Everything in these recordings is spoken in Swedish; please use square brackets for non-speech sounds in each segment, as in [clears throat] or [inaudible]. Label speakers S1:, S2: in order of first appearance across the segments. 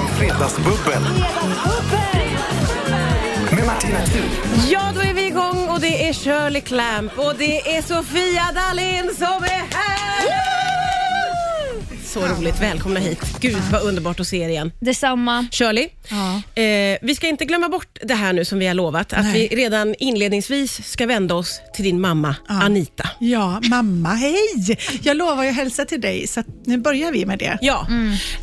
S1: Fredagsbubbel med Martina Thun.
S2: Ja, då är vi igång och det är Shirley Clamp och det är Sofia Dalén som är här! Så roligt, välkomna hit. Gud vad underbart att se er igen.
S3: Detsamma.
S2: Shirley,
S3: Ja.
S2: eh, vi ska inte glömma bort det här nu som vi har lovat, att
S4: Nej.
S2: vi redan inledningsvis ska vända oss till din mamma Anita.
S4: Ja, mamma, hej! Jag lovar att hälsa till dig, så att nu börjar vi med det.
S2: Ja.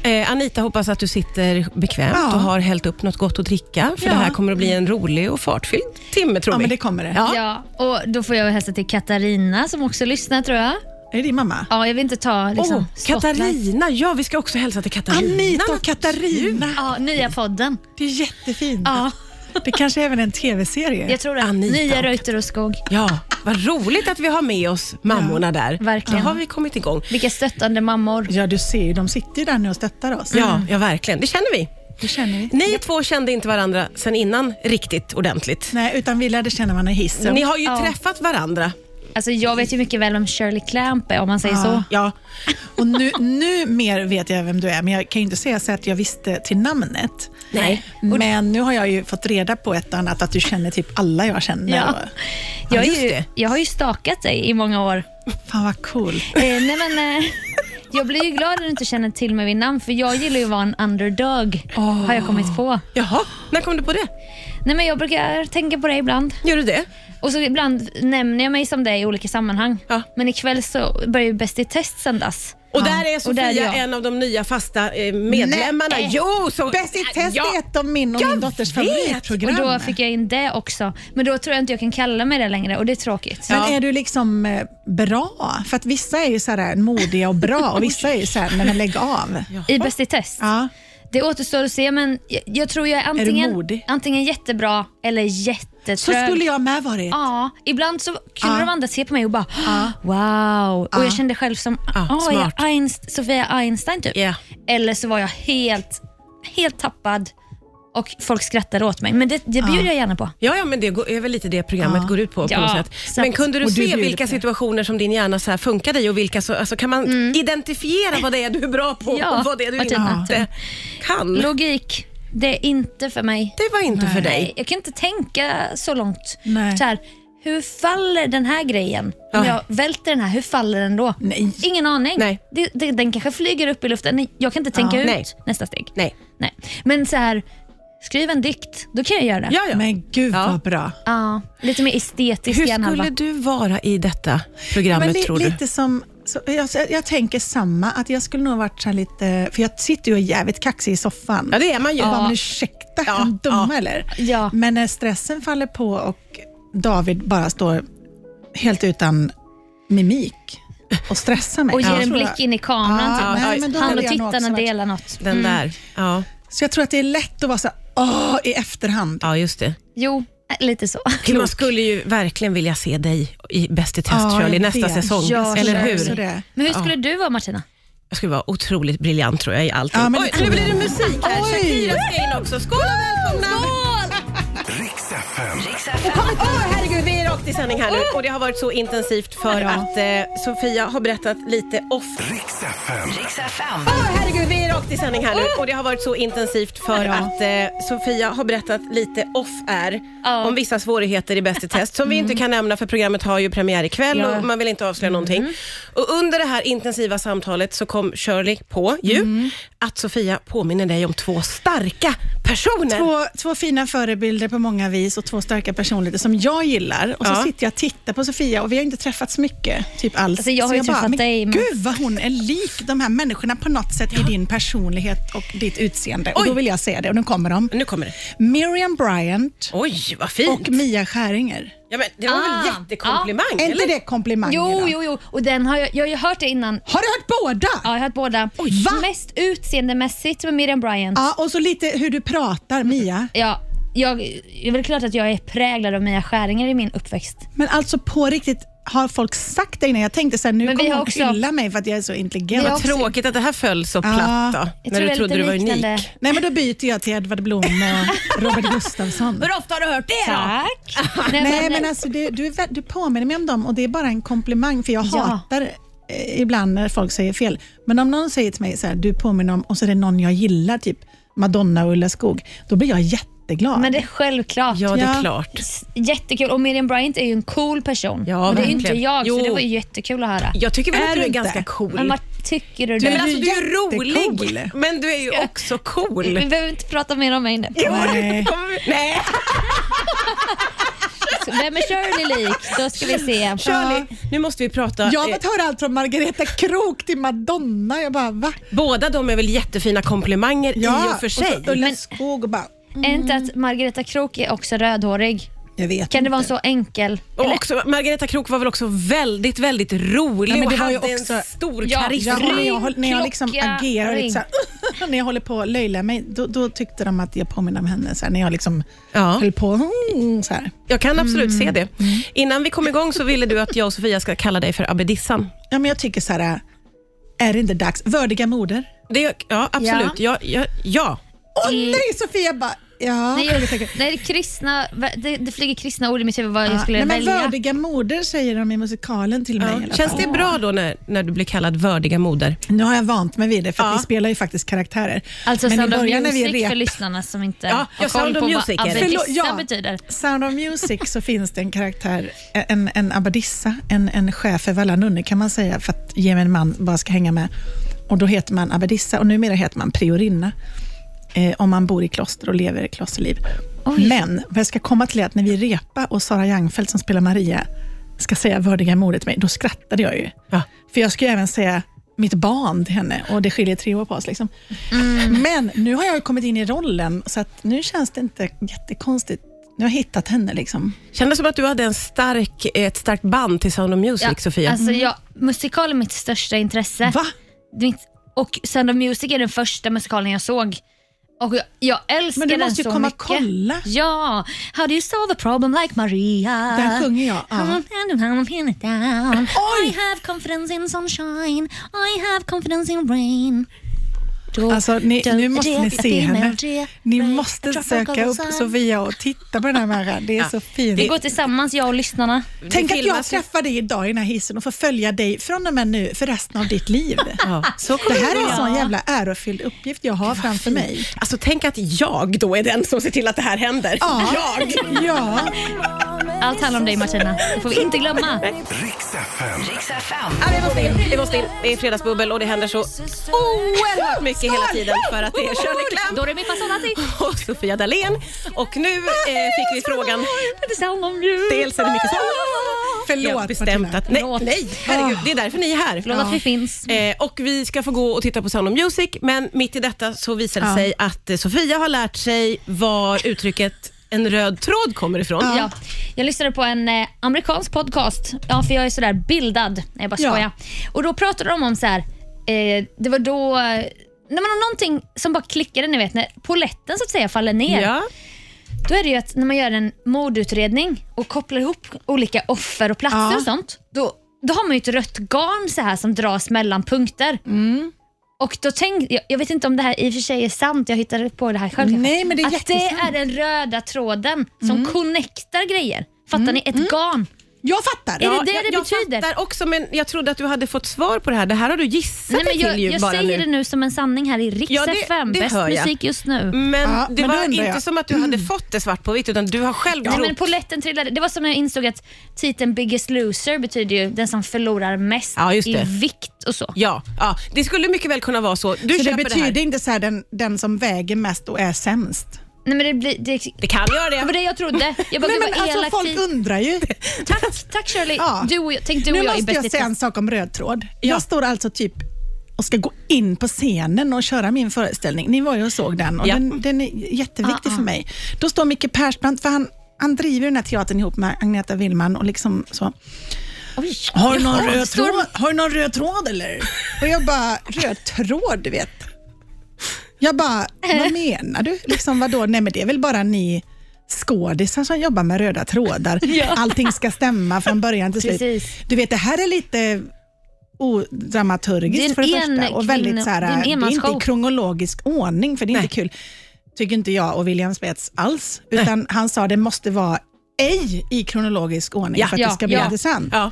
S2: Eh, Anita, hoppas att du sitter bekvämt
S4: Mm. Ja.
S2: och har hällt upp något gott att dricka, för
S4: Ja.
S2: det här kommer att bli en rolig och fartfylld timme tror
S4: Ja,
S2: vi.
S4: men det kommer det.
S2: Ja.
S3: Ja, och då får jag hälsa till Katarina som också lyssnar tror jag.
S4: Är det din mamma?
S3: Ja, jag vill inte ta liksom,
S2: Åh,
S3: spotlight.
S2: Oh, Katarina, ja vi ska också hälsa till Katarina.
S4: Anita och Katarina.
S3: Ja, nya podden.
S4: Det är jättefint.
S3: Ja,
S4: Det kanske är även en tv-serie.
S3: jag tror det.
S2: Anita.
S3: Nya Reuter och Skog.
S2: Ja, vad roligt att vi har med oss mammorna där.
S3: verkligen.
S2: Då har vi kommit igång.
S3: Vilka stöttande mammor.
S4: Ja, du ser ju, de sitter ju där nu och stöttar oss.
S2: Ja,
S3: Mm.
S2: ja, verkligen. Det känner vi.
S4: Det känner vi.
S2: Ni två kände inte varandra sen innan riktigt ordentligt.
S4: Nej, utan vi lärde känna varandra i hissen.
S2: Ni har ju
S3: Ja.
S2: träffat varandra.
S3: Alltså, jag vet ju mycket väl om Shirley Clamp är, om man säger
S4: Ja.
S3: så.
S2: Ja,
S4: Och nu, nu mer vet jag vem du är, men jag kan ju inte säga så att jag visste till namnet.
S3: Nej.
S4: Men nu har jag ju fått reda på ett och annat, att du känner typ alla jag känner.
S3: Ja.
S2: Ja,
S3: Jag, är
S2: just
S3: ju,
S2: det.
S3: jag har ju stakat dig i många år.
S4: Fan vad cool.
S3: Eh, nej,
S2: [laughs]
S3: men, eh, jag blir ju glad när du inte känner till mig vid namn, för jag gillar ju att vara en underdog, har jag kommit på.
S2: jaha. När kom du på det?
S3: Nej, men jag brukar tänka på dig ibland.
S2: Gör du det?
S3: Och så ibland nämner jag mig som dig i olika sammanhang.
S2: Ja.
S3: Men ikväll så börjar ju Bäst i test sändas.
S2: Och där är
S3: och där
S2: Sofia
S3: är jag.
S2: en av de nya fasta eh, medlemmarna.
S3: Nej.
S2: Jo, så...
S4: Bäst i test
S2: Ja.
S4: är ett av min och
S2: Jag
S4: min dotters
S2: vet.
S4: favoritprogram.
S3: Och då fick jag in det också. Men då tror jag inte jag kan kalla mig det längre och det är tråkigt.
S4: Men är du liksom eh, bra? För att vissa är ju så här modiga och bra och vissa är ju så här, nej men lägg av.
S3: I Bäst i test.
S4: Ja.
S3: Det återstår att se men jag, jag tror jag är
S4: du
S3: antingen,
S4: modig?
S3: antingen jättebra eller jättetrög.
S4: Så skulle jag med varit.
S3: Ja, ibland så kunde
S4: Ja.
S3: de andra se på mig och bara wow. Och jag kände själv som
S2: Ja,
S3: "Åh, är jag
S2: smart.
S3: Einst- Sofia Einstein typ.
S2: Ja.
S3: Eller så var jag helt, helt tappad och folk skrattade åt mig. Men det, det bjuder jag gärna på.
S2: Ja, ja, men det går- är väl lite det programmet går ut på. på
S3: Ja,
S2: något sätt.
S3: så
S2: Men
S3: att-
S2: kunde du,
S4: och du
S2: se
S4: bjuder
S2: vilka
S4: på det.
S2: situationer som din hjärna så här funkade i och vilka så, alltså kan man identifiera vad det är du är bra på
S3: Mm. Ja,
S2: och vad det är du
S3: Martina.
S2: inte kan?
S3: Logik, det är inte för mig.
S2: Det var inte för dig.
S3: Jag kan inte tänka så långt.
S4: Nej.
S3: Så här, hur faller den här grejen?
S2: Ja.
S3: Om jag välter den här, hur faller den då?
S4: Nej.
S3: Ingen aning.
S2: Nej.
S3: Det, det, den kanske flyger upp i luften. Nej, Jag kan inte tänka
S4: Ja.
S3: ut
S2: Nej.
S3: nästa steg.
S2: Nej.
S3: Nej. Men så här, skriv en dikt, då kan jag göra det.
S2: Ja, ja.
S4: Men gud
S2: Ja.
S4: vad bra.
S3: Ja, lite mer estetisk
S2: Hur
S3: hjärnhalva.
S2: skulle du vara i detta programmet
S4: Men li-
S2: tror du?
S4: lite som, så, jag, jag tänker samma, att jag skulle nog varit så här lite, för jag sitter ju och är jävligt kaxig i soffan.
S2: Ja, det är man ju.
S4: Jag bara,
S2: Ja.
S4: men ursäkta,
S2: Ja,
S4: är de dumma
S2: ja.
S4: eller?
S3: Ja.
S4: Men när stressen faller på och David bara står helt utan mimik och stressar mig.
S3: Och
S4: så
S3: ger en
S4: tror
S3: blick
S4: jag-
S3: in i kameran.
S4: Ja,
S2: Ah.
S3: typ.
S4: nej, men då
S3: Han
S4: hade
S3: och
S4: jag nog också
S3: tittarna
S4: varit-
S3: delar något.
S2: Den där. Ja.
S4: Så jag tror att det är lätt att vara så här, åh, i efterhand.
S2: ja, just det.
S3: Jo, äh, lite så.
S2: Man skulle ju verkligen vilja se dig i Bäst i test
S4: Ja, jag
S2: Shirley nästa
S4: vet.
S2: säsong.
S3: Ja,
S2: eller
S4: jag
S2: hur?
S4: också det.
S3: Men hur skulle du vara Martina?
S2: Jag skulle vara otroligt briljant tror jag i allt.
S4: Ja, men
S2: Oj,
S4: det tror
S2: nu
S4: jag.
S2: blir det musik här.
S4: Oj.
S2: Shakira ska in också. Skål och välkomna!
S1: Riks FM.
S2: Åh herregud, vi är rakt i sändning här nu och det har varit så intensivt för att eh, Sofia har berättat lite off...
S1: Riks FM.
S2: Åh herregud, vi är rakt i sändning här nu och det har varit så intensivt för att eh, Sofia har berättat lite off-air
S3: Ja.
S2: om vissa svårigheter i Bäst i test som vi inte kan nämna för programmet har ju premiär ikväll
S3: Ja.
S2: och man vill inte avslöja någonting. Och under det här intensiva samtalet så kom Shirley på ju att Sofia påminner dig om två starka personer.
S4: Två, två fina förebilder på många vis och två starka personligheter som jag gillar. Och så
S2: Ja.
S4: sitter jag och tittar på Sofia och vi har inte träffats mycket. Typ alls.
S3: Alltså, jag har
S4: så
S3: ju träffat
S4: men
S3: dig, men-
S4: Gud vad hon är lik de här människorna på något sätt i din personlighet och ditt utseende. Och
S2: Oj.
S4: då vill jag säga det och nu kommer de.
S2: Nu kommer det.
S4: Miriam Bryant
S2: Oj, vad fint.
S4: och Mia Skäringer.
S2: Ja, men det var väl
S3: Ah.
S2: jättekomplimang?
S4: Är inte
S2: eller?
S4: det komplimanger?
S3: Jo,
S4: då?
S3: jo, jo. Och den har jag, jag har ju hört det innan.
S4: Har du hört båda?
S3: Ja, jag har hört båda.
S4: va?
S3: Mest utseendemässigt med Miriam Bryant.
S2: Ah.
S4: Ja, och så lite hur du pratar, Mia.
S3: Ja, jag, det är väl klart att jag är präglad av Mia Skäringer i min uppväxt.
S4: Men alltså på riktigt, har folk sagt det innan? Jag tänkte så här, nu
S3: Men vi
S4: kommer
S3: har
S4: hon
S3: också-
S4: hylla mig för att jag är så intelligent.
S3: Vi har
S2: Vad tråkigt att det här föll så platt då,
S3: Jag
S2: när
S3: tror
S2: du
S3: jag är
S2: trodde du
S3: lite
S2: var
S3: liknande.
S2: unik.
S4: Nej, men då byter jag till Edvard Blom
S3: [laughs]
S4: och Robert Gustafsson.
S2: Hur ofta har du hört det
S3: Tack. Nej,
S4: Nej, men
S3: men,
S4: alltså du, du, är vä- du påminner mig om dem och det är bara en komplimang för jag
S3: Ja.
S4: hatar eh, ibland när folk säger fel. Men om någon säger till mig så här, du påminner om, och så är det någon jag gillar, typ Madonna-Ulla-Skog, då blir jag jätteglad.
S3: Men det är självklart.
S2: Ja, det är
S4: Ja.
S2: klart.
S3: S- Jättekul. Och Miriam Bryant är ju en cool person.
S2: Ja,
S3: och det är ju inte
S2: verkligen.
S3: jag,
S2: Jo.
S3: så det var ju jättekul att höra.
S2: Jag tycker väl
S4: Är
S2: att du är
S4: du inte?
S2: ganska cool.
S3: Men vad tycker du?
S4: Du
S3: då?
S2: Nej, men alltså,
S4: är ju
S2: du är ju
S4: jättecool.
S2: rolig, men du är ju också cool.
S3: Vi behöver inte prata mer om mig nu.
S4: [laughs]
S3: [laughs]
S4: Nej.
S2: Nej,
S3: Så Vem är Shirley lik? Då ska vi se.
S2: Shirley, nu måste vi prata.
S4: Jag har
S2: Eh,
S4: fått höra allt från Margareta Krok till Madonna. Jag bara, va?
S2: Båda de är väl jättefina komplimanger i och för sig.
S4: Och så Ulla Skog och bara,
S3: Är inte att Margareta Krook är också rödhårig?
S4: jag vet
S3: Kan
S4: inte.
S3: det vara en så enkel?
S2: Och också, Margareta Krok var väl också väldigt, väldigt rolig
S4: Ja, men
S2: och
S4: det var
S2: hade
S4: ju också-
S2: en stor
S3: Ja,
S4: Ja,
S2: karisma.
S4: men när jag, håll- när jag liksom
S3: Ring, klocka,
S4: agerar, lite så här, [laughs] när jag håller på att löjla mig, då, då tyckte de att jag påminner om henne. Så här, när jag liksom
S2: Ja.
S4: höll på mm, så här.
S2: Jag kan absolut se det.
S4: Mm.
S2: Innan vi kom igång så ville du att jag och Sofia ska kalla dig för Abedissan.
S4: Ja, men jag tycker så här, är det inte dags? Vördiga moder.
S2: Det, ja, absolut. Ja. Ja, ja.
S4: Åh nej, Sofia bara, ja.
S3: Mm. Nej, jag, nej, det, är kristna, det, det flyger kristna ord i mitt huvud vad jag
S4: Ja,
S3: skulle
S4: Nej, men
S3: välja.
S4: vördiga moder säger de i musikalen till mig. i alla
S2: Känns
S4: fall.
S2: det bra då när, när du blir kallad vördiga moder?
S4: Nu har jag vant mig vid det, för att
S2: Ja.
S4: vi spelar ju faktiskt karaktärer.
S3: Alltså
S4: men i
S3: Sound of
S4: början när vi
S3: Music för
S4: repar
S3: lyssnarna som inte
S2: Ja,
S3: har
S2: jag Sound
S3: koll
S2: of
S3: på
S2: Music
S3: vad
S2: är det.
S4: Förlåt,
S3: abbedissa
S4: ja.
S3: betyder.
S4: Sound of Music så finns det en karaktär, en, en abbadissa, en, en chef över alla nunnor kan man säga, för att ge mig en man bara ska hänga med. Och då heter man abbadissa och numera heter man priorinna. Eh, om man bor i kloster och lever ett klosterliv.
S3: Oj.
S4: Men vad jag ska komma till är att när vi repa och Sara Jangfeldt som spelar Maria ska säga vördiga mordet till mig, då skrattade jag ju.
S2: Ja.
S4: För jag ska ju även säga mitt barn till henne och det skiljer tre år på oss. Liksom. Men nu har jag ju kommit in i rollen så att nu känns det inte jättekonstigt. Nu har jag hittat henne. Liksom.
S2: Kändes som att du hade en stark, ett starkt band till Sound of Music, Sofia. Mm.
S3: Alltså, jag, musikal är mitt största intresse.
S4: Mm. Va?
S3: Det är Mitt, och Sound of Music är den första musikalen jag såg. Och jag, jag älskar
S4: Men du
S3: den
S4: måste ju
S3: så
S4: komma och
S3: mycket.
S4: kolla.
S3: Ja. How do you solve a problem like Maria?
S4: Den sjunger jag, ja.
S3: How do you pin it down?
S4: Oj!
S3: I have confidence in sunshine. I have confidence in rain. Då-
S4: Alltså, ni,
S3: då-
S4: nu måste ni
S3: det-
S4: se
S3: female
S4: henne.
S3: dear,
S4: Ni
S3: right, a
S4: måste
S3: drop of
S4: söka upp
S3: sun.
S4: Sofia och titta på den här människan. Det är så
S3: Vi
S4: fint.
S3: går tillsammans, jag och lyssnarna.
S4: Tänk
S2: det
S4: att jag
S2: filmas ju.
S4: träffar dig idag i den här hissen och får följa dig från och med nu för resten av ditt liv.
S2: Ja, så
S4: Det
S2: kommer
S4: här är en
S2: vara.
S4: sån jävla ärofylld uppgift jag har framför mig.
S2: Alltså tänk att jag då är den som ser till att det här händer. Jag!
S4: Ja.
S3: Allt handlar om dig Martina, det får vi inte glömma.
S1: Riks FM.
S5: Riks FM.
S2: Ja, vi måste in, vi måste in. Det är fredagsbubbel och det händer så oerhört mycket hela tiden för att det är Shirley Clamp
S3: Då är det min passonati.
S2: och Sofia Dalén. Och nu eh, fick vi frågan,
S3: Det är sound of music.
S2: dels är det mycket så. Jag har
S4: Förlåt
S2: bestämt
S4: Martina.
S2: att, nej,
S3: Förlåt. Ah.
S2: nej, herregud, det är därför ni är här.
S3: Förlåt att vi finns.
S2: Eh, och vi ska få gå och titta på Sound of Music, men mitt i detta så visar det
S3: Ah.
S4: Ja.
S2: sig att eh, Sofia har lärt sig var uttrycket en röd tråd kommer ifrån.
S3: Ja. Jag lyssnade på en eh, amerikansk podcast, ja, för jag är sådär bildad. Nej, jag bara
S4: Ja.
S3: skojar. Och då pratade de om så här. Eh, det var då eh, när man har någonting som bara klickade, ni vet, när poletten så att säga faller ner.
S2: Ja.
S3: Då är det ju att när man gör en mordutredning och kopplar ihop olika offer och platser
S4: Ja.
S3: och sånt, då, då har man ju ett rött garn så här som dras mellan punkter.
S2: Mm.
S3: Och då tänk, jag, jag vet inte om det här i och för sig är sant, jag hittade på det här själv. kanske.
S4: Nej, men det är
S3: att det
S4: jättesant.
S3: är den röda tråden som
S2: Mm.
S3: connectar grejer. Fattar ni? Ett garn.
S4: Jag fattar.
S3: Är det
S2: Ja,
S3: det
S2: jag,
S3: det
S2: jag
S3: betyder?
S2: fattar också, men jag trodde att du hade fått svar på det här. Det här har du gissat
S3: Nej, men
S2: dig
S3: jag
S2: till ju
S3: jag
S2: bara
S3: säger
S2: nu.
S3: det nu som en sanning här i Rix
S2: Ja, det-
S3: FM.
S2: det
S3: Bäst
S2: hör jag. Mm.
S3: musik just nu.
S2: Men
S4: Ja,
S2: det
S4: men då
S2: var
S4: undrar
S2: inte
S4: jag.
S2: som att du hade fått det svart på vitt, utan du har själv
S3: Mm. Nej,
S2: trott.
S3: men polletten trillade. Det var som när jag insåg att titeln Biggest Loser betyder ju den som förlorar mest
S2: Ja, just det.
S3: i vikt och så.
S2: Ja, ja, det skulle mycket väl kunna vara så. Du
S4: så det
S2: köper
S4: betyder
S2: det här.
S4: inte så här den, den som väger mest och är sämst?
S3: Nej, men det, blir, det, det
S2: Det kan göra det.
S3: var det jag trodde. Jag bara,
S4: Nej,
S3: gud
S4: men
S3: vad
S4: alltså,
S3: elakt.
S4: folk undrar ju.
S3: [laughs] Tack, tack Shirley.
S4: Ja.
S3: Du och jag, tänk du
S4: nu
S3: och jag är
S4: måste
S3: bäst i
S4: jag säga en
S3: test.
S4: sak om röd tråd.
S2: Ja.
S4: Jag står alltså typ och ska gå in på scenen och köra min föreställning. Ni var ju och såg den och
S2: Ja.
S4: den, den är
S3: Ah,
S4: jätteviktig för mig. Då står Micke Persbrandt, för han, han driver den här teatern ihop med Agneta Willman och liksom så.
S3: Oj.
S4: Har du, någon
S3: Jaha,
S4: röd
S3: står-
S4: tråd, har du någon röd tråd eller? Och jag bara, röd tråd du vet. Jag bara, vad
S3: Eh.
S4: menar du? Liksom, vadå? Nej men det är väl bara ni skådisar som jobbar med
S3: [laughs]
S4: röda trådar. Allting ska stämma från början till slut.
S3: Precis.
S4: Du vet det här är lite
S3: Det är en
S4: odramaturgiskt för det första. Och väldigt
S3: enkvinno-
S4: så här,
S3: det är en
S4: det är inte i
S3: enmansshow.
S4: kronologisk ordning för det är inte kul. Tycker inte jag och William Spets alls. Utan han sa det måste vara ej i kronologisk ordning
S2: Ja,
S4: för att
S3: ja,
S4: det ska bli
S3: ja.
S4: intressant.
S2: Ja.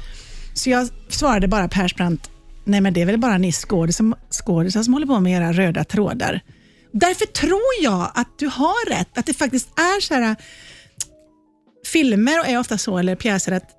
S4: Så jag svarade bara Persbrandt, nej men det är väl bara ni skådisar som, skådisar som håller på med era röda trådar. Därför tror jag att du har rätt, att det faktiskt är så här äh, filmer och är ofta så, eller pjäser, att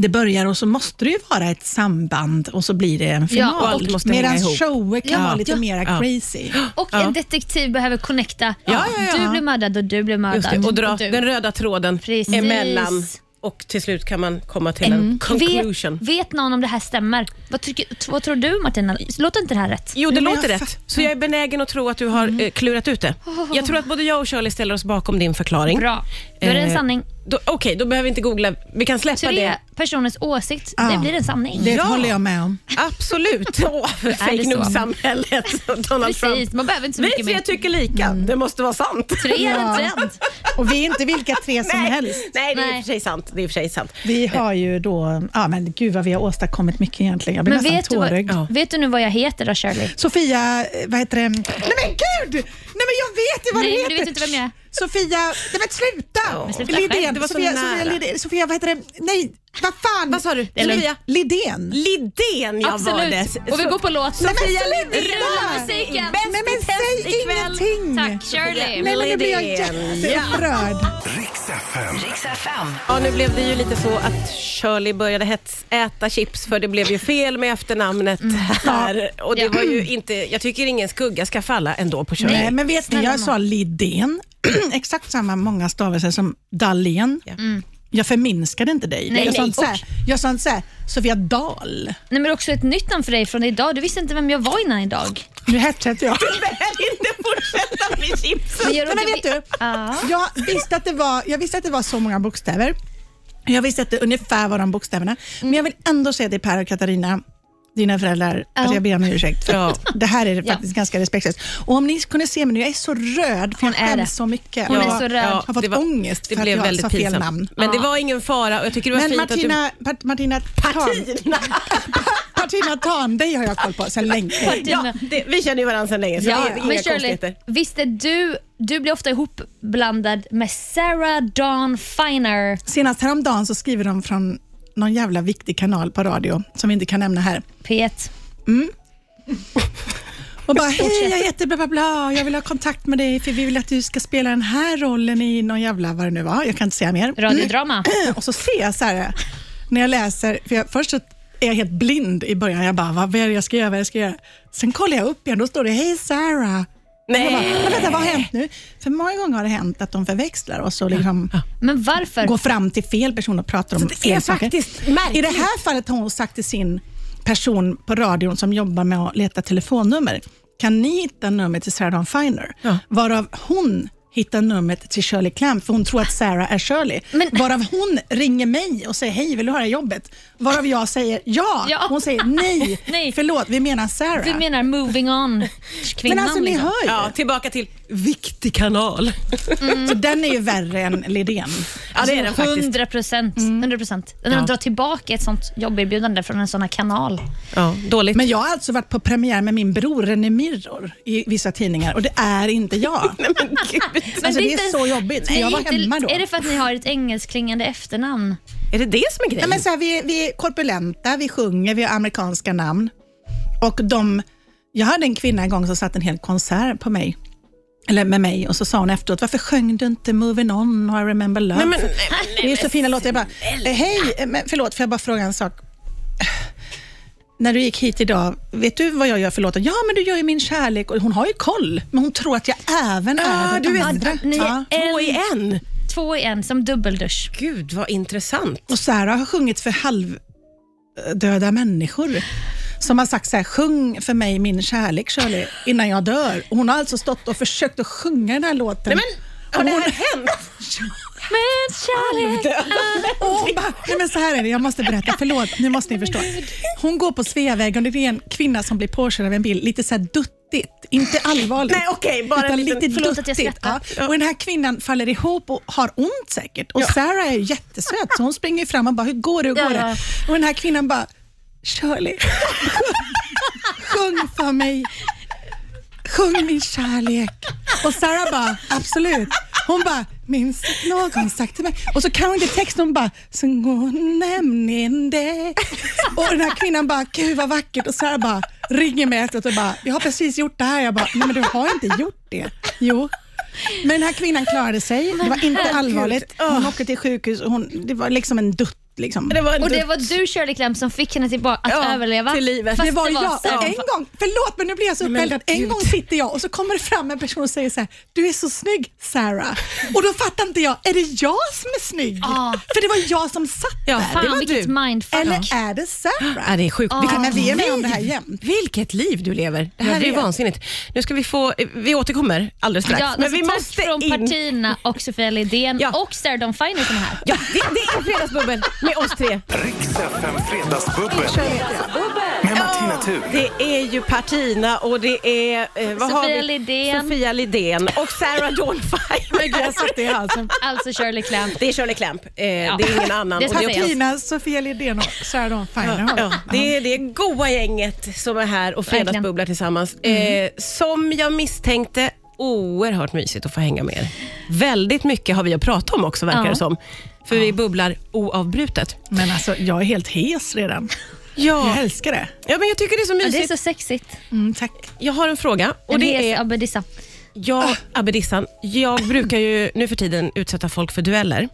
S4: det börjar och så måste det ju vara ett samband och så blir det en final.
S3: Ja, och allt
S2: måste hänga
S4: Medan
S2: ihop.
S4: shower kan
S3: Ja,
S4: vara lite
S3: ja,
S4: mer
S2: ja.
S4: crazy.
S3: Och
S2: Ja.
S3: en detektiv behöver connecta.
S2: ja, ja.
S3: Du blir mördad och du blir
S2: Just
S3: mördad.
S2: det, och dra
S3: du.
S2: den röda tråden
S3: Precis.
S2: emellan och till slut kan man komma till en conclusion.
S3: Vet, vet någon om det här stämmer? Vad, tycker, vad tror du Martina? Låter inte det här rätt?
S2: Jo, det
S4: Men jag
S2: låter rätt.
S4: fattar.
S2: Så jag är benägen att tro att du har
S3: Mm.
S2: eh, klurat ut det. Jag tror att både jag och Shirley ställer oss bakom din förklaring.
S3: Bra. Då är det en
S2: Eh,
S3: sanning.
S2: då- Okej, då behöver vi inte googla. Vi kan släppa
S3: Tre
S2: det.
S3: personers åsikt,
S4: Ja.
S3: det blir en sanning.
S4: Det
S2: Ja.
S4: håller jag med om.
S3: [laughs]
S2: Absolut. Åh, fake
S3: det så?
S2: news-samhället [laughs] och Donald
S3: Precis,
S2: Trump.
S3: man behöver inte så
S2: Vi
S3: mycket
S2: tre
S3: mer. Mm.
S2: tycker lika. Det måste vara sant. [laughs]
S3: Tre är en
S4: Ja.
S3: trend.
S4: Och vi är inte vilka tre som helst.
S2: Nej, det är i
S3: Nej.
S2: och för sig sant. Det är i och för sig sant.
S4: Vi har ju då, ja men gud vad vi har åstadkommit mycket egentligen. Jag blir
S3: Men
S4: nästan
S3: vet du, vad,
S4: tårögd.
S2: Ja.
S3: vet du nu vad jag heter då Shirley?
S4: Sofia, eh, vad heter det? Nej men gud! Nej men jag vet ju vad
S3: Nej, men
S4: det heter!
S3: du vet inte vem jag är.
S4: Sofia, nej men sluta!
S2: Men
S3: sluta själv,
S4: Lidén,
S2: det var så
S4: Sofia,
S2: nära.
S4: Sofia, Lidén, Sofia, vad heter det? Nej, vad fan!
S2: Vad sa du?
S3: är lugnt.
S2: Sofia?
S4: Lidén.
S2: Lidén, jag var det.
S3: Absolut. Och vi går på låt.
S4: Nej, men
S2: Sofia
S4: sluta!
S2: Lidén.
S3: Rulla musiken.
S2: Bäst
S4: Nej men
S2: i test
S4: säg
S2: ikväll.
S4: ingenting!
S3: Tack Shirley.
S4: Nej men nu blir jag
S2: Lidén,
S4: jätteupprörd.
S1: Riks FM.
S5: Riks FM.
S2: Ja, nu blev det ju lite så att Shirley började hets, äta chips för det blev ju fel med efternamnet
S4: Mm.
S2: här. Och det
S3: Ja.
S2: var ju inte, jag tycker ingen skugga ska falla ändå på Shirley.
S4: Nej men vet ni,
S3: snälla
S4: jag sa Lidén, [clears throat] exakt samma många stavelser som Dahlén.
S2: Ja.
S4: Jag förminskade inte dig.
S3: Mm. Nej,
S4: jag, sa
S3: nej.
S4: inte så här, jag sa inte så här, Sofia Dahl.
S3: Nej, men det är också ett nytt namn för dig från idag. Du visste inte vem jag var innan idag.
S4: Nu [laughs] hetsätter jag.
S2: vill inte fortsätta med chipsen.
S3: Men jag
S4: Nej, men vet
S3: råkar-
S4: du,
S3: Ja.
S4: jag, visste att det var, jag visste att det var så många bokstäver. Jag visste att det ungefär var de bokstäverna. Men jag vill ändå säga till Per och Katarina, dina föräldrar,
S3: Ja.
S4: att jag ber om ursäkt. För
S2: Ja.
S4: Det här är
S3: Ja.
S4: faktiskt ganska respektlöst. Och om ni kunde se mig nu, jag är så röd för jag
S3: Hon är det.
S4: skäms så mycket.
S3: Hon är
S4: Jag
S3: så röd.
S4: Har fått ångest för att jag sa fel namn.
S2: Men det
S3: Ja.
S2: var ingen fara och jag tycker det var
S4: Men
S2: fint
S4: Martina, Pat- Martina
S2: att du...
S4: Tan,
S2: Martina!
S4: [laughs] Martina Tan, dig har jag koll på sedan länge.
S2: ja, det, vi känner ju varandra sedan länge så
S3: Ja,
S2: det är inga
S3: men Shirley,
S2: konstigheter.
S3: visst är du, du blir ofta ihopblandad med Sarah Dawn Finer.
S4: Senast häromdagen så skriver de från någon jävla viktig kanal på radio som vi inte kan nämna här.
S3: P1.
S4: Och bara, hej jag heter bla bla bla, jag vill ha kontakt med dig för vi vill att du ska spela den här rollen i någon jävla, vad det nu var, jag kan inte säga mer. Mm.
S3: Radiodrama.
S4: Och så ser jag så här, när jag läser, för jag, först så är jag helt blind i början, jag bara, vad är det jag ska göra, vad är det jag ska göra? Sen kollar jag upp igen, då står det, hej Sarah. Jag bara,
S2: Nej.
S4: men vänta, vad har hänt nu? För många gånger har det hänt att de förväxlar oss och liksom
S3: Men varför?
S4: går fram till fel person och pratar om
S2: det
S4: fel
S2: är
S4: saker.
S2: faktiskt märkligt.
S4: I det här fallet har hon sagt till sin person på radion som jobbar med att leta telefonnummer, kan ni hitta numret till Sarah Dawn Finer?
S2: Ja.
S4: Varav hon hittar numret till Shirley Clamp, för hon tror att Sarah är Shirley.
S3: Men-
S4: Varav hon ringer mig och säger, hej, vill du höra jobbet? Varav jag säger ja.
S3: Ja.
S4: Hon säger nej,
S3: Nej.
S4: förlåt, vi menar Sarah.
S3: Du menar moving on kvinnan?
S4: [laughs] Men alltså ni
S3: liksom.
S4: hör ju.
S2: Ja, tillbaka till viktig kanal.
S4: Så den är ju värre än Lidén.
S2: Ja, det är
S4: Alltså,
S2: den faktiskt.
S3: 100 procent.
S4: Mm.
S3: 100 procent. När de
S2: Ja.
S3: drar tillbaka ett sånt jobberbjudande från en sån här kanal.
S2: Ja, dåligt.
S4: Men jag har alltså varit på premiär med min bror René Mirror i vissa tidningar och det är
S3: [laughs]
S4: inte jag.
S2: Nej, men [laughs] gud.
S4: Alltså, det
S3: inte
S4: är
S3: ens-
S4: så jobbigt. för
S3: Nej,
S4: jag var
S3: inte-
S4: hemma då.
S3: Är det för att ni har ett engelskklingande efternamn?
S2: Är det det som är
S4: Nej,
S2: grejen?
S4: men så här, vi, vi är korpulenta, vi sjunger, vi har amerikanska namn. Och de, jag hade en kvinna en gång som satt en hel konsert på mig. Eller med mig och så sa hon efteråt, varför sjöng du inte Moving On och I Remember Love?
S2: Nej, men-
S4: det är ju så fina låtar. Jag bara, eh, hej, eh, men förlåt, får jag bara fråga en sak? När du gick hit idag, vet du vad jag gör för låten? Ja, men du gör ju Min kärlek. Och hon har ju koll, men hon tror att jag även är
S2: Ah,
S4: den
S2: du vet,
S4: andra.
S3: ni-
S4: Ja.
S2: Två i en.
S3: Två i en, som dubbeldusch.
S2: Gud, vad intressant.
S4: Och Sarah har sjungit för halvdöda människor som har sagt så här, sjung för mig min kärlek Shirley, innan jag dör. Och hon har alltså stått och försökt att sjunga den här låten.
S2: Nej, men har
S4: Och hon-
S2: det
S4: [laughs]
S2: här hänt?
S3: Men kärlek!
S4: Och hon bara, nej men så här är det, jag måste berätta, förlåt, nu måste ni förstå. Hon går på Sveavägen och det är en kvinna som blir påkörd av en bil, lite så här duttigt, inte allvarligt.
S2: Nej, okej, bara
S4: utan
S2: en liten-
S4: lite
S3: förlåt att jag
S4: duttigt.
S3: skrattar.
S4: Ja. Och den här kvinnan faller ihop och har ont säkert. Och Sarah är ju jättesöt, så hon springer ju fram och bara, hur går det, hur går
S3: Ja,
S4: det?
S3: ja.
S4: Och den här kvinnan bara, Shirley, sjung för mig sjung min kärlek. Och Sarah bara, absolut. Hon bara, minns någon sagt till mig? Och så kan hon inte texten, hon bara, så går nämligen det. Och den här kvinnan bara, gud vad vackert. Och Sarah bara, ringer mig efteråt och bara, jag har precis gjort det här. Jag bara, nej men du har inte gjort det. Jo. Men den här kvinnan klarade sig. Det var inte allvarligt. Hon åkte till sjukhus och hon, det var liksom en dutt. Liksom.
S2: Det var en
S3: Och det
S2: dutt.
S3: var du Shirley Clamp som fick henne tillbaka att
S2: Ja,
S3: överleva.
S2: till livet.
S3: Fast
S4: det var jag.
S3: jag.
S4: Och en gång, förlåt men nu blir jag så
S2: men
S4: uppeldad. En
S2: gud.
S4: gång sitter jag och så kommer det fram en person och säger så här, du är så snygg Sarah. Och då fattar inte jag, är det jag som är snygg?
S3: Ah.
S4: För det var jag som satt
S2: Ja,
S4: där.
S2: fan,
S3: Fan vilket
S2: du.
S3: mindfuck.
S4: Eller är det Sarah?
S2: Ja, det är sjukt.
S3: Ja.
S2: Vilket,
S4: Men vi är med om det här jämt.
S2: vilket liv du lever. Det här
S4: Jag
S2: är ju
S4: vet.
S2: vansinnigt. Nu ska vi få, vi återkommer alldeles strax.
S3: Ja,
S2: men vi
S3: alltså, tack
S2: måste
S3: från
S2: in.
S3: partierna och Sofia Lidén
S2: Ja.
S3: och Sarah Dawn Finer som är här.
S2: Ja, det, det är Fredagsbubbel med oss tre.
S1: Riks FM Fredagsbubbel. Med Martina Thun.
S2: Det är ju Partina och det är eh, vad har
S3: Sofia
S2: vi?
S3: Lidén.
S2: Sofia Lidén och Sarah Dawn Finer.
S4: det är alltså.
S3: Alltså Shirley Clamp.
S2: Det är Shirley Clamp, eh, det är ingen annan.
S3: Det
S2: och
S3: fattar
S2: är
S3: jag.
S2: också-
S4: Tina, Sofia Lidén och Sarah Dawn Finer.
S2: Ja, det är det goa gänget som är här och
S3: Verkligen.
S2: fredagsbubblar tillsammans. Eh, som jag misstänkte, oerhört mysigt att få hänga med er. Väldigt mycket har vi att prata om också verkar
S3: Ja.
S2: det som. För vi bubblar oavbrutet.
S4: Men alltså, jag är helt hes redan.
S2: Ja.
S4: Jag älskar det.
S2: ja, men jag tycker det är så
S3: Ja,
S2: mysigt.
S3: det är så sexigt.
S4: Mm, tack.
S2: Jag har en fråga och
S3: en
S2: det
S3: hes
S2: är,
S3: Abedissa.
S2: jag, Abedissan, jag brukar ju nu för tiden utsätta folk för dueller.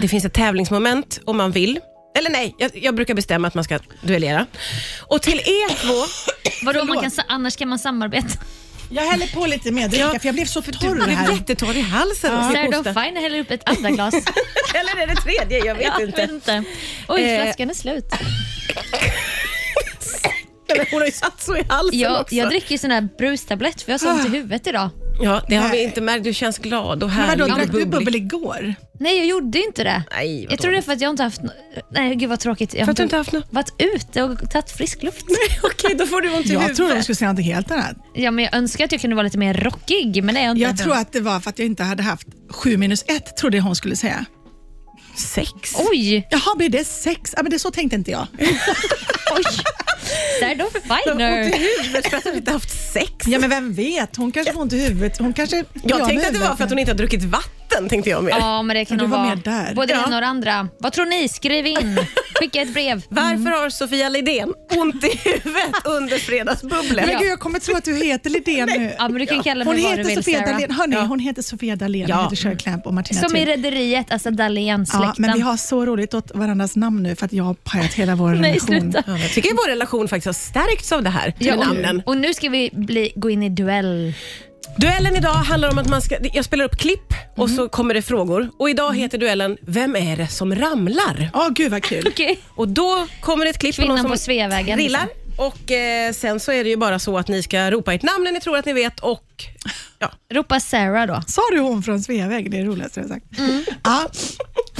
S2: Det finns ett tävlingsmoment om man vill. Eller nej, jag, jag brukar bestämma att man ska duellera. Och till er två
S3: Vadå, man kan, sa- annars kan man samarbeta?
S4: Jag häller på lite mer dricka,
S2: Ja,
S4: för jag blev så torr
S2: Du
S4: här.
S2: blev jättetorr i halsen. och fick
S3: Sarah Dawn
S2: hosta.
S3: Finer häller upp ett andra glas.
S2: Eller är det tredje? Jag vet
S3: Ja,
S2: inte.
S3: inte. Oj,
S2: Eh.
S3: flaskan är slut.
S2: Eller Hon har ju satt så i halsen
S3: Jag,
S2: också. Ah.
S3: jag dricker ju sån här brustablett för jag har sånt i huvudet idag.
S2: Ja, det har vi
S4: Nej.
S2: inte märkt. Du känns glad och
S4: Men
S2: härlig
S4: vadå,
S2: och
S4: drack du
S2: bubblig.
S4: bubbel igår?
S3: Nej, jag gjorde ju inte det.
S2: Nej, vad
S3: jag tror det är för att jag inte haft... no- Nej, gud vad tråkigt. Jag har
S2: För att du inte haft något?
S3: varit ute och tagit frisk luft.
S2: Nej, [laughs] Okej, då får du ont i
S4: Jag
S2: huvudet.
S4: trodde de skulle säga något helt annat.
S3: Ja, men jag önskar att jag kunde vara lite mer rockig, men det är jag inte.
S4: Jag tror att det var för att jag inte hade haft sju minus ett, trodde jag hon skulle säga.
S2: Sex?
S3: Oj!
S4: Jaha, blir det sex? Ja, men det så tänkte inte jag.
S3: Oj! Sarah Dawn Finer.
S2: Ont i huvudet för att hon inte haft sex?
S4: Ja, men vem vet? Hon kanske får ont i huvudet. Hon kanske
S2: Jag tänkte att det var för att hon inte har druckit vatten. tänkte jag mer.
S3: Ja, men det kan
S4: Ja,
S3: nog
S4: du var
S3: vara
S4: med där.
S3: både
S2: Ja.
S3: det ena och det andra. Vad tror ni? Skriv in. Skicka ett brev.
S2: [laughs] Varför har Sofia Lidén ont i huvudet under fredagsbubblet?
S4: Men
S3: Ja.
S4: gud, jag kommer tro att du heter Lidén nu.
S3: Ja, men du kan kalla
S4: Hon
S3: mig vad du
S4: heter
S3: vill,
S4: Sofia
S3: Sarah.
S4: Dalén. Hörni,
S2: Ja.
S4: hon heter Sofia Dalén.
S2: Ja.
S4: Hon heter Shirley Clamp och Martina
S3: Som i
S4: Thun.
S3: Rederiet, alltså
S4: Ja, men
S3: Dahlén-släkten.
S4: vi har så roligt åt varandras namn nu för att jag har pajat hela vår
S3: Nej,
S4: relation.
S3: sluta.
S2: Jag tycker vår relation faktiskt har stärkts av det här med namnen.
S3: och, och nu ska vi bli, gå in i duell.
S2: Duellen idag handlar om att man ska, jag spelar upp klipp och
S3: Mhm.
S2: så kommer det frågor. Och idag
S3: Mm.
S2: heter duellen Vem är det som ramlar?
S4: Ja, gud vad kul.
S3: Okej.
S2: Och då kommer det ett klipp
S3: Kvinnan
S2: någon som
S3: på Sveavägen, liksom.
S2: trillar. Och eh, sen så är det ju bara så att ni ska ropa ert namn när ni tror att ni vet och ja.
S3: Ropa Sarah då.
S4: Sa du hon från Sveaväg? Det är roligast jag har sagt. Ja,
S3: Mm.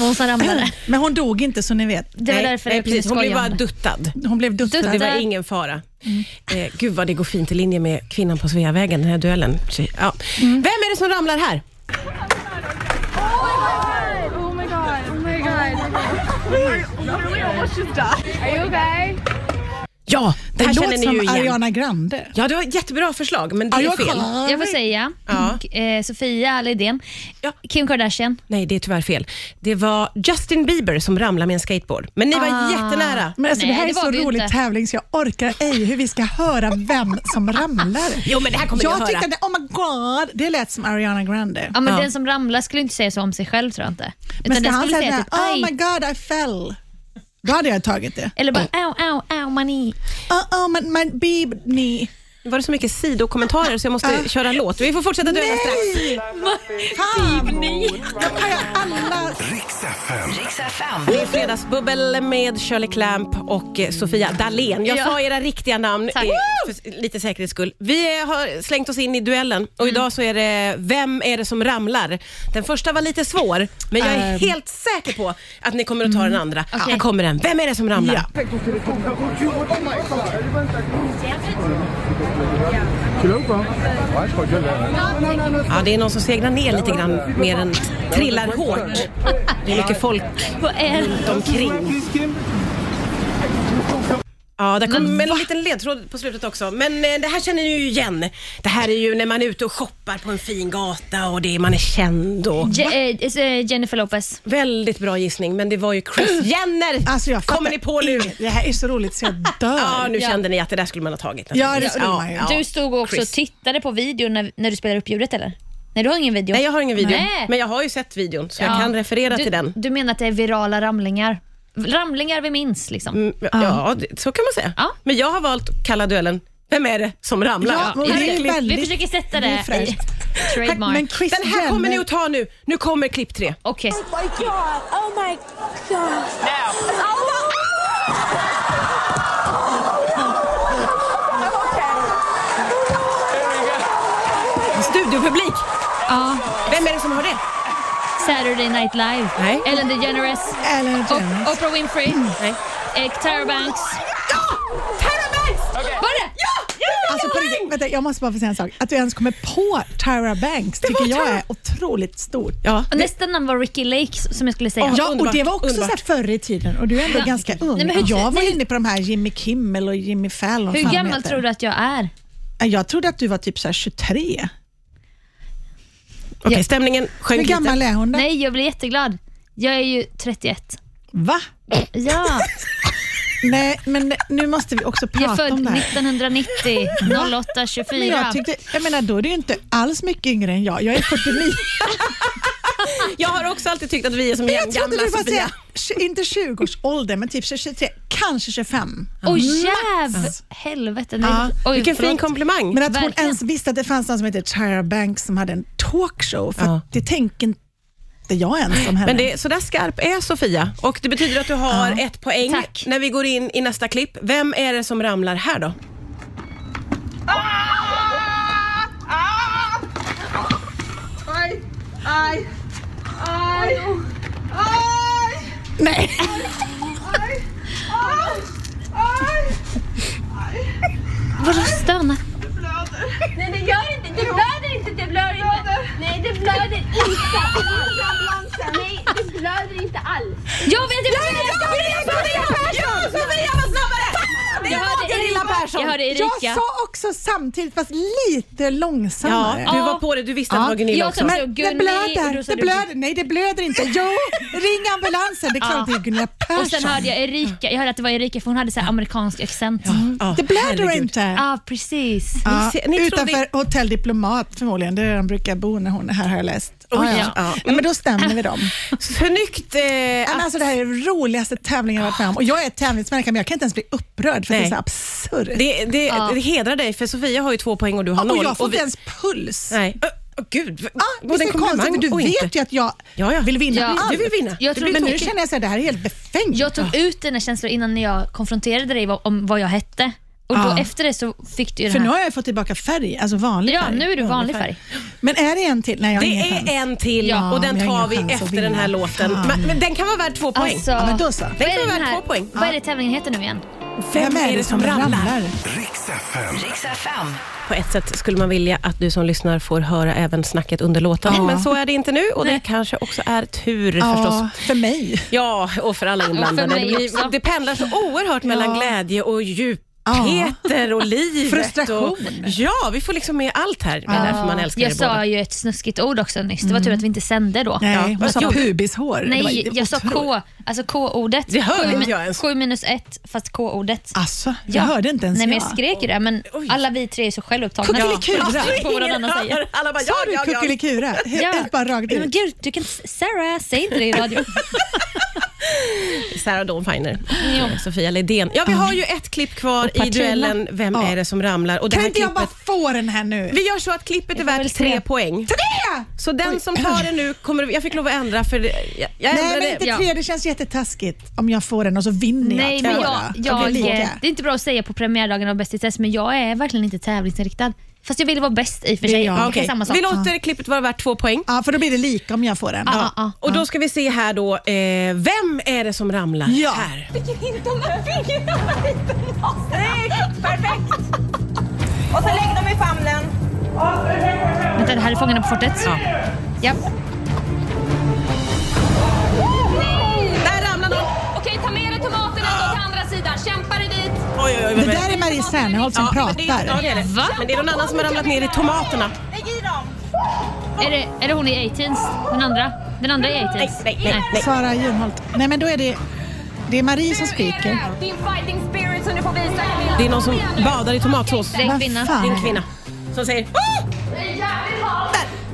S3: Hon som
S4: [laughs]
S3: ramlade.
S4: men hon dog inte så ni vet.
S3: Det var
S2: Nej,
S3: därför
S2: nej,
S3: jag precis,
S2: precis, Hon blev bara
S3: blev
S2: duttad.
S4: Hon blev
S3: Dutt-
S4: duttad.
S2: Det var
S3: Där. Mm.
S2: ingen fara. Eh, gud vad det går fint i linje med kvinnan på Sveavägen, den här duellen. Ja.
S3: Mm.
S2: Vem är det som ramlar här?
S5: Oh my god. Oh my god. Literally almost just died. Are you okay?
S2: Ja, det
S4: Det
S2: här känner
S4: låter
S2: ni ju
S4: som
S2: igen.
S4: Ariana Grande.
S2: Ja, det var ett jättebra förslag, men det är
S4: Ariana
S2: fel.
S4: Grande.
S3: Jag får säga
S2: Ja.
S3: K- eh, Sofia Lidén.
S2: Ja.
S3: Kim Kardashian.
S2: Nej, det är tyvärr fel. Det var Justin Bieber som ramlade med en skateboard. Men ni var
S3: Ah.
S2: jättenära.
S4: Men alltså,
S3: Nej,
S4: det här
S3: det
S4: är
S3: var
S4: så
S3: vi ju
S4: rolig
S3: inte.
S4: tävling så jag orkar ej hur vi ska höra vem som ramlar.
S2: [laughs] Jo, men det här kommer ni att
S4: jag
S2: höra.
S4: tyckte att det, oh my god, det lät som Ariana Grande.
S3: Ja, men
S2: Ja.
S3: Den som ramlar skulle inte säga så om sig själv tror jag inte.
S4: Men
S3: Utan
S4: ska
S3: den
S4: han
S3: skulle
S4: säga
S3: säga
S4: såhär,
S3: typ
S4: oh my
S3: aj.
S4: god I fell. Då hade jag tagit det.
S3: Eller bara au, au, au, mani.
S4: Oh, oh, my, my beeb knee.
S2: Det var så mycket sidokommentarer så jag måste
S4: Ah.
S2: köra låt. Vi får fortsätta duella strax.
S4: Nej! Fan! Jag pajar alla
S1: Riks FM.
S2: Det är Fredagsbubbel med Shirley Clamp och eh, Sofia Dalén. Jag
S3: Ja.
S2: sa era riktiga namn
S3: Tack.
S2: eh, för lite säkerhets skull. Vi eh, har slängt oss in i duellen och idag så är det Vem är det som ramlar? Den första var lite svår, men jag är helt säker på att ni kommer att ta den andra.
S3: Okej.
S2: Här kommer den. Vem är det som ramlar?
S4: Ja.
S2: Ja, det är någon som segnar ner lite grann mer än trillar hårt.
S3: eh,
S4: Mm.
S2: Det är mycket folk
S3: Vad är det?
S2: omkring. Ja, där kom en liten ledtråd på slutet också. Men eh, det här känner ni ju igen. Det här är ju när man är ute och shoppar på en fin gata och det är, man är känd och...
S3: Je- eh, eh, Jennifer Lopez.
S2: Väldigt bra gissning, men det var ju
S4: [clears throat]
S2: Chris Jenner!
S4: Alltså, jag fattar
S2: Kommer ni på nu?
S4: inget. Det här är så roligt så jag dör.
S2: [laughs] Ja, nu
S3: Ja.
S2: kände ni att det där skulle man ha tagit.
S4: Ja, det skulle man ju.
S3: Du stod också
S2: Chris.
S3: och tittade på videon när, när du spelade upp ljudet eller? Nej, du har ingen video?
S2: Nej, jag har ingen video,
S3: Nej.
S2: men jag har ju sett videon så jag
S3: Ja.
S2: kan referera
S3: du,
S2: till den.
S3: Du menar att det är virala ramlingar? Ramlingar vi minns liksom.
S2: Mm, Ja, det- så kan man säga.
S3: Ja.
S2: Men jag har valt att kalla duellen Vem är det som ramlar?
S4: Ja, men det är
S3: vi-
S4: väldigt-
S3: vi försöker sätta
S4: det är
S3: det, i
S4: fräscht.
S3: trademark.
S4: Men Chris
S2: Den här kommer ni
S4: Jenner-
S2: att ta nu. Nu kommer klipp tre.
S3: Okej,
S6: my god! Oh my god! Now!
S2: Studiopublik.
S3: ja.
S2: Vem är det som har det?
S3: Ah, Saturday Night Live.
S2: Nej.
S3: Ellen DeGeneres.
S4: Ellen
S3: Och
S4: DeGeneres.
S3: Oprah Winfrey.
S4: Mm,
S2: Nej.
S3: Eh, Tyra Banks.
S2: Ja! Tyra Banks!
S3: Var det?
S2: Ja! ja!
S4: Alltså, på riktigt, vänta, jag måste bara få säga en sak. Att du ens kommer på Tyra Banks tycker
S2: var
S4: jag
S2: Tyra-
S4: är otroligt stort.
S2: Ja.
S3: Och nästa namn var Ricky Lake som jag skulle säga.
S4: Ja, och
S2: underbart,
S4: det var också så
S2: underbart.
S4: här förr i tiden och du är ändå ganska ung.
S3: Nej, men hur-
S4: jag var
S3: nej, hur-
S4: inne på de här Jimmy Kimmel och Jimmy Fallon.
S3: Hur
S4: fan de
S3: gammal
S4: heter.
S3: tror du att jag är?
S4: Jag trodde att du var typ så här 23.
S2: Okej, stämningen sjönk
S4: Hur gammal
S2: lite.
S4: är hon då?
S3: Nej, jag blir jätteglad. Jag är ju 31.
S4: Va?
S3: Ja,
S4: Nej, men nu måste vi också
S3: jag är
S4: prata om
S3: född
S4: det här.
S3: 1990, 08,
S4: Men
S3: 24.
S4: jag, tyckte, jag menar, då är du ju inte alls mycket yngre än jag. Jag är 49.
S3: [laughs]
S2: Jag har också alltid tyckt att vi är som
S4: jag trodde
S2: jämngamla
S4: du var så
S2: Sofia.
S4: här, tj- inte 20-årsåldern, men typ 23, kanske 25.
S3: Åh jäv... Helvete. Nej.
S4: Mm. Ja,
S3: Oj,
S2: Vilken fin
S3: förlåt.
S2: komplimang.
S4: Men att hon
S3: Verkligen.
S4: ens visste att det fanns någon som heter Tyra Banks som hade en talkshow, för
S2: Ja.
S4: att det tänker inte jag ens om henne.
S2: Men det, är- så där skarp är Sofia och det betyder att du har ett poäng
S3: Tack.
S2: när vi går in i nästa klipp. Vem är det som ramlar här då?
S5: Aj, aj, aj, aj,
S4: Nej,
S5: aj, aj, aj.
S3: Vadå stöna?
S7: Nej det gör inte, det blöder inte, det blöder inte. Nej det blöder inte. Ring ambulansen. Nej det blöder inte alls.
S3: Jag vet inte! Jag Jag hörde Erika. Jag hörde
S4: jag
S3: Erika.
S4: sa också samtidigt, fast lite
S2: Ja,
S4: långsammare.
S2: du
S3: Ja.
S2: var på det. Du visste att
S4: Ja.
S2: det var Gunilla
S3: Jag
S2: också.
S3: som-
S4: Men
S3: Så
S4: det
S3: Gunni- och
S4: blöder,
S3: då sa
S4: det
S3: du-
S4: blöder. Nej, det blöder inte. Jo, ring ambulansen. Det är klart det är Gunilla Persson.
S3: Och sen hörde jag Erika, jag hörde att det var Erika för hon hade så här amerikansk accent. Ja,
S2: Ja,
S4: Det blöder
S2: herregud.
S4: inte.
S3: ah, precis.
S4: Ja,
S2: ser- ni trodde-
S4: utanför Hotell Diplomat förmodligen, där de brukar bo när hon är här har jag läst.
S2: Oj,
S4: ja.
S2: ja.
S4: Ja. men då stämmer vi dem.
S2: Snyggt! Eh,
S4: Men
S2: att,
S4: alltså, det här är den roligaste tävlingen jag varit med om och jag är tävlingsmänniska men jag kan inte ens bli upprörd för att det är
S2: Nej.
S4: så absurt.
S2: det, det,
S3: Ja.
S2: det hedrar dig för Sofia har ju två poäng och du har
S4: och
S2: noll.
S4: jag får
S2: vi-
S4: inte ens puls.
S2: Nej. Ö, ö, gud, v-
S4: Ja,
S2: både
S4: visst är det konstigt, men du
S2: och
S4: vet
S2: inte.
S4: ju att jag
S2: Ja, ja.
S4: vill vinna
S3: Ja.
S4: allt.
S2: Du vill vinna.
S3: Jag
S2: Det
S3: tror-
S2: blir
S4: Men nu
S2: tokigt.
S4: känner jag att det här är helt befängt. Ah.
S3: Jag tog ut dina känslor innan jag konfronterade dig om vad jag hette. Och
S4: Ja.
S3: då efter det så fick du ju
S4: För
S3: den
S4: nu
S3: här.
S4: har jag fått tillbaka färg, alltså vanlig
S3: Ja,
S4: färg.
S3: nu är du vanlig färg.
S4: [laughs] Men är det en till? Nej, jag har
S2: Det
S4: ingen chans.
S2: är en till
S3: Ja,
S2: och den
S4: men jag har
S2: tar
S4: ingen
S2: vi
S4: chans att
S2: efter
S4: vinna.
S2: den här låten.
S4: Fan.
S2: Men, men den kan vara värd två poäng.
S3: Alltså,
S4: Ja, men då så.
S3: vad, är
S2: Den
S3: det
S2: kan
S3: den
S2: vara
S3: här,
S2: värd två poäng.
S3: vad är det tävlingen heter nu igen?
S4: Vem är det som ramlar?
S1: Riks FM.
S8: Riks FM.
S2: På ett sätt skulle man vilja att du som lyssnar får höra även snacket under låten,
S4: Ja.
S2: men så är det inte nu och det kanske också är tur förstås.
S4: Ja, för mig.
S2: Ja, och för alla inblandade.
S3: mig
S2: det,
S3: också.
S2: blir, det pendlar så oerhört mellan glädje och djupheter och livet. Och,
S4: Frustration.
S2: ja, vi får liksom med allt här. Det är därför man älskar
S3: jag
S2: er båda.
S3: sa ju ett snuskigt ord också nyss. Det var tur att vi inte sände då.
S4: Mm. Nej, hon
S2: vad
S4: sa
S2: gjorde-
S4: pubishår. Det var
S3: Nej,
S4: ju
S3: jag sa
S4: otroligt.
S3: K. Alltså K-ordet.
S2: Det hörde
S3: Sju-
S2: inte jag ens.
S3: Sju minus ett, fast K-ordet.
S4: Alltså, jag hörde inte ens
S3: Nej, men
S4: jag.
S3: jag skrek ju det, men alla vi tre är så självupptagna
S4: Kuckelikura.
S3: på vad någon annan säger.
S2: Alla bara,
S4: Sa
S2: ja, ja,
S4: du
S2: ja.
S4: kuckelikura? Helt
S3: Ja.
S4: bara rakt
S3: Men
S4: ut.
S3: gud, du kan, Sarah, säg inte det i
S4: [laughs]
S3: radio.
S2: Sarah Dawn Finer. Sofia Lidén. Ja, vi har ju ett klipp kvar i
S3: Partierna.
S2: duellen Vem
S4: Ja.
S2: är det som ramlar? Och det
S4: Kan
S2: här
S4: inte jag bara
S2: klippet,
S4: få den här nu?
S2: vi gör så att klippet är
S3: får väl
S2: värt tre
S3: se.
S2: poäng.
S4: Tre!
S2: Så den som tar det nu kommer... Jag fick lov att ändra för det- jag, jag
S4: Nej,
S2: ändrade.
S4: men inte
S3: Ja.
S4: tre. Det känns jättetaskigt om jag får den och så vinner
S3: Nej,
S4: jag
S3: men
S4: två.
S3: jag,
S4: då. Då
S3: jag,
S4: blir det lika.
S3: det är inte bra att säga på premiärdagen av Bäst i test, men jag är verkligen inte tävlingsinriktad. Fast jag vill vara bäst i och för
S4: Det är
S3: sig.
S4: jag.
S3: Det är
S2: Okej,
S3: samma sak.
S2: Vi låter klippet vara värt två poäng.
S4: Ja, för då blir det lika om jag får den.
S3: Ja, ja.
S2: Och då ska vi se här då, eh, vem är det som ramlar
S4: Ja.
S2: här?
S7: Inte om fingrarna, inte om Perfekt. Och så lägg dem i famnen.
S3: Vänta, det här är Fångarna på fortet. Ja.
S7: Nej!
S2: Där ramlar någon!
S7: Okej, ta med dig tomaterna då till andra sidan. Kämpa dig dit.
S2: Oj, oj, oj, oj.
S4: Det där är Marie Serneholt som
S2: men det är, ja,
S4: pratar.
S2: det är det.
S3: Va?
S2: Men det är någon annan som har ramlat ner i tomaterna.
S3: Är det, är det hon i 18s? Den andra? Den andra i 18s?
S2: Nej, nej, nej. nej.
S4: Sara Junholt. Nej men då är det, det är Marie som skriker.
S7: Din fighting spirit som du får visa.
S2: Det är någon som badar i tomatsås.
S3: Det är en
S4: Vad
S3: kvinna.
S4: fan?
S2: Det är en kvinna som säger "Ah!"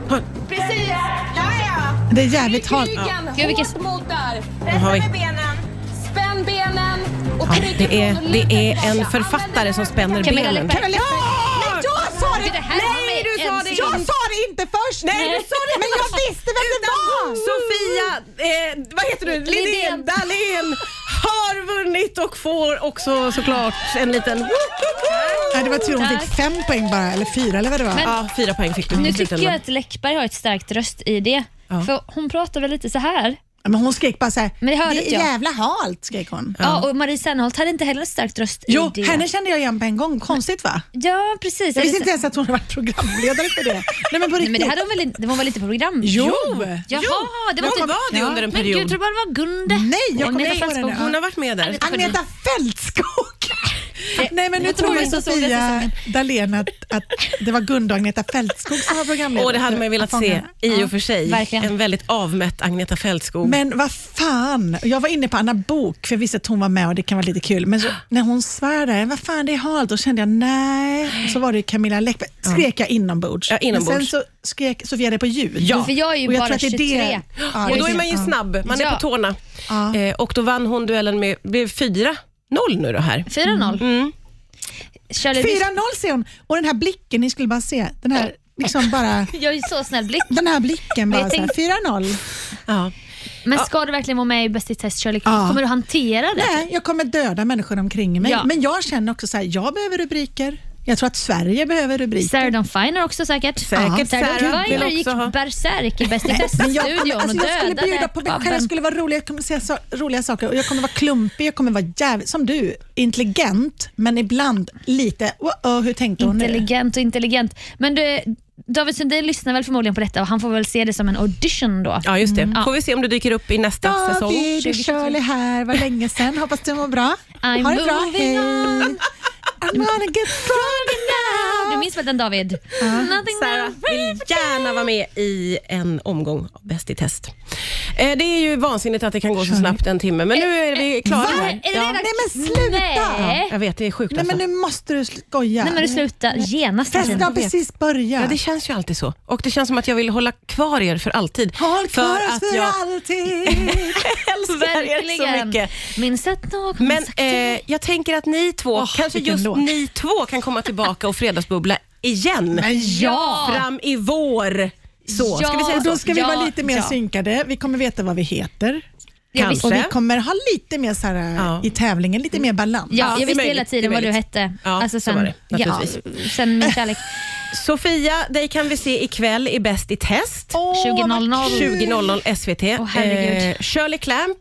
S2: Där.
S5: Precis! Ja, ja.
S4: Det är jävligt halt.
S3: Gud, vilken-
S5: Hårt mot där.
S2: har
S5: Pressa
S2: vi.
S5: med benen. Spänn benen. Och
S2: Ja,
S5: tryck
S2: det, är,
S5: ifrån och luta
S2: det är
S5: tillbaka.
S2: en författare som spänner
S3: Camilla
S2: benen.
S3: Läckberg.
S4: Men jag sa det!
S3: Det här var
S4: Nej,
S3: med
S4: du
S3: en
S4: sa det!
S3: sekund.
S4: Jag sa det inte först!
S2: Nej, du sa det inte
S4: Men jag
S2: först.
S4: visste vem det var!
S2: Sofia, eh, vad heter du? Lidén
S3: Lidén.
S2: Dahlén har vunnit och får också såklart en liten...
S4: Nej, det var tur hon
S3: Tack.
S4: fick fem poäng bara, eller fyra eller vad det var.
S3: Men-
S2: Ja, fyra poäng fick du.
S3: Nu
S2: i
S3: tycker
S2: slutändan.
S3: jag att Läckberg har ett starkt röst i det.
S2: Ja.
S3: För hon pratar väl lite så här.
S4: Men hon skrek bara så här,
S3: Men det hörde
S4: det
S3: inte
S4: är
S3: jag."
S4: jävla halt, skrek hon.
S3: Ja. och Marie Serneholt hade inte heller ett starkt röst
S4: Jo,
S3: i det.
S4: henne kände jag igen på en gång. Konstigt va?
S3: Ja, precis.
S4: Jag
S3: Eller så-
S4: visste inte ens att hon hade varit programledare för det. Nej men på
S3: Nej,
S4: riktigt.
S3: men det, hade hon väl, inte- det var väl inte på program?
S4: Jo!
S3: Jaha, det var,
S2: hon
S3: typ-
S2: var det under en
S3: Men gud,
S2: period.
S3: jag trodde bara det var Gunde.
S4: Nej, jag
S3: Och
S4: kommer
S3: Agneta
S4: inte ihåg
S3: Fältskog.
S4: det
S2: Hon har varit med där.
S4: Agneta
S2: [laughs]
S4: Fältskog!
S2: Eh,
S4: Nej men nu
S3: jag tror
S4: tror jag
S3: jag såg den
S4: Sofia Dalén att, att det var Gunde och Agneta Fältskog som var programledare.
S2: Och det hade man ju velat se i och för sig.
S3: verkligen.
S2: En väldigt avmätt Agneta Fältskog.
S4: Men vad fan, jag var inne på Anna Bok för jag visste att hon var med och det kan vara lite
S2: [gasps]
S4: kul. Men så, när hon svär där, vad fan det är halt, då kände jag nej. Och så var det Camilla Läckberg, skrek jag inombords.
S2: Ja, inombords.
S4: Men sen så skrek Sofia det på ljud.
S2: Ja.
S3: För jag är ju
S4: Och jag tror
S3: bara
S4: att det är
S3: 23.
S4: det- Ja,
S2: och då är man ju
S4: Ja. [gasps]
S2: snabb, man är
S3: Ja.
S2: på tårna.
S4: Ja.
S2: Eh, och då vann hon duellen med, blev 4-0 nu då här.
S3: 4-0.
S2: Mm.
S3: Shirley,
S4: 4-0
S3: du-
S4: ser hon. Och den här blicken, ni skulle bara se. Den här, liksom bara,
S3: Jag är ju så snäll blick.
S4: den här blicken
S3: jag
S4: bara
S3: tänkte-
S4: så här, 4-0.
S2: Ja.
S3: Men ska du verkligen vara med i Bäst i test Shirley?
S4: Ja.
S3: Kommer du hantera det?
S4: Nej, jag kommer döda människor omkring mig.
S3: Ja.
S4: Men jag känner också så här, jag behöver rubriker. Jag tror att Sverige behöver rubriker.
S3: Sarah Dawn Finer också säkert.
S2: Säkert.
S3: Sarah
S2: Sarah
S3: Dawn Finer
S2: vill
S3: gick
S2: också ha.
S3: bärsärk i Bäst i
S4: Men jag, kommer-
S3: test-studion och
S4: alltså jag skulle bjuda
S3: dödade
S4: på mig själv, jag
S3: babben.
S4: skulle vara rolig, jag kommer säga så, roliga saker och jag kommer vara klumpig, jag kommer vara jävligt, som du, intelligent men ibland lite, oh, oh, hur tänkte hon nu?
S3: Intelligent och intelligent. Men du, David Sundin lyssnar väl förmodligen på detta och han får väl se det som en audition då.
S2: ja, just det. Får vi se om du dyker upp i nästa säsong.
S4: David och Shirley här, var länge sedan, hoppas du mår bra.
S3: I'm
S4: ha det bra,
S3: moving
S4: hej.
S3: on.
S4: I'm gonna get drunk
S3: Du
S4: now.
S3: minns väl den David? Nothing
S2: Sara
S3: but-
S2: vill gärna vara med i en omgång av Bäst i test. Eh, det är ju vansinnigt att det kan gå så snabbt en timme, men nu är
S4: Eh,
S2: vi klara.
S3: Va?
S2: här.
S3: Är det
S2: Ja.
S3: redan-
S4: Nej, men sluta.
S3: Nej.
S2: Jag vet, det är sjukt
S4: Nej men
S2: alltså.
S4: nu måste du skoja.
S3: Nej men du sluta genast.
S4: Festen har
S3: Kristina.
S4: precis börjat.
S2: Ja, det känns ju alltid så. Och det känns som att jag vill hålla kvar er för alltid.
S4: Håll kvar
S2: för
S4: oss
S2: att
S4: för
S2: jag [laughs]
S4: alltid.
S2: älskar er så
S3: Verkligen.
S2: mycket.
S3: Minns att någon
S2: Men
S3: sagt
S2: eh, jag tänker att ni två,
S4: Åh,
S2: kanske
S4: vilken
S2: just
S4: låt.
S2: ni två kan komma tillbaka och fredagsbubbla igen.
S3: ja.
S2: Fram i vår. Så,
S3: Ja.
S2: ska vi säga
S4: Och
S2: så?
S4: då ska vi
S3: Ja,
S4: vara lite mer
S3: ja.
S4: synkade, vi kommer veta vad vi heter.
S3: jag
S2: Kanske.
S3: visste,
S4: Och vi kommer ha lite mer så här,
S2: Ja.
S4: i tävlingen, lite mer balans.
S3: ja,
S2: det är
S3: jag visste hela
S2: möjligt, det är
S3: tiden vad du
S2: möjligt.
S3: hette. Alltså,
S2: Ja, så var det, naturligtvis.
S3: sen min kärlek.
S2: Sofia, dig kan vi se ikväll i Bäst i test.
S4: Åh, vad
S3: 20.00.
S4: kul.
S2: 20.00 SVT.
S3: Åh, herregud.
S2: Eh, Shirley Clamp,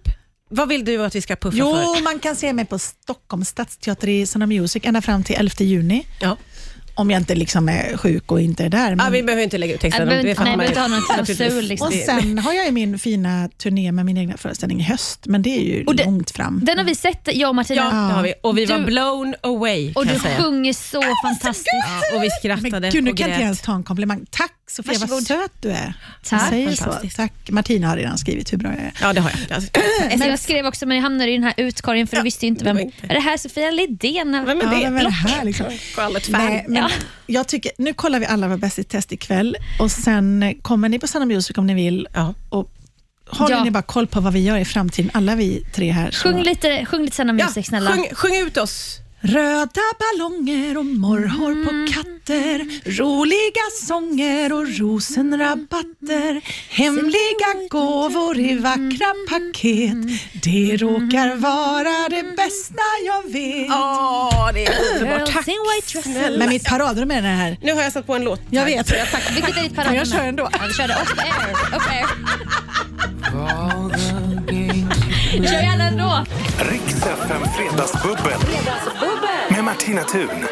S2: vad vill du att vi ska puffa
S4: Jo,
S2: för?
S4: man kan se mig på Stockholms stadsteater i Sound of Music ända fram till 11 juni.
S2: Ja.
S4: Om jag inte liksom är sjuk och inte är där.
S2: Ja,
S4: Men...
S2: vi behöver inte lägga ut
S3: Jag
S2: texten.
S3: behöver
S2: det
S3: inte- nej,
S2: fattar
S3: jag
S2: man ju.
S3: behöver inte ha någon
S2: Naturligtvis.
S3: klausul, liksom.
S4: och sen har jag ju min fina turné med min egna föreställning i höst, men det är ju
S3: det-
S4: långt fram.
S3: Den har vi sett, jag och Martina.
S2: Ja, det har vi. Och vi var
S3: Du-
S2: blown away
S3: Och
S2: kan
S3: du
S2: jag säga. Ah,
S3: sjunger så fantastiskt.
S2: Ja, och vi skrattade
S4: Men gud, nu
S2: och
S4: kan jag inte
S2: grät.
S4: ens ta en komplimang. Tack Sofia, vad
S3: Varsågod.
S4: söt du är.
S3: Tack.
S4: Jag säger så.
S2: Fantastiskt.
S4: Tack. Martina har redan skrivit hur bra jag är.
S2: Ja, det har jag. Alltså,
S3: Men jag skrev också men jag hamnade i den här utkorgen för du visste ju inte vem.
S2: det var inte.
S3: Är det här Sofia Lidén?
S2: Vem är
S4: Ja,
S2: det?
S4: vem är det här liksom?
S2: Scarlett fan.
S4: Nej, men jag tycker, nu kollar vi alla vad Bäst i test ikväll och sen eh, kommer ni på Sound of Music om ni vill.
S2: Ja.
S4: Och håller
S3: Ja.
S4: ni bara koll på vad vi gör i framtiden, alla vi tre här. så-
S3: Sjung lite, sjung lite Sanna Music snälla.
S2: sjung, sjung ut oss.
S4: Röda ballonger och morrhår på katter, roliga sånger och rosenrabatter, hemliga gåvor i vackra paket. Det råkar vara det bästa jag vet.
S2: Ja, det är underbart.
S3: Girls
S2: Tack.
S3: in white dresses.
S2: snälla.
S4: Men mitt paradrum är den här.
S2: Nu har jag satt på en låt.
S4: Jag vet.
S3: Vilket är ditt paradnummer?
S4: Jag kör ändå.
S3: Ja, vi kör det. Off air. Off air. kör gärna ändå.
S1: Riks FM Fredagsbubbel. Med Martina Thun.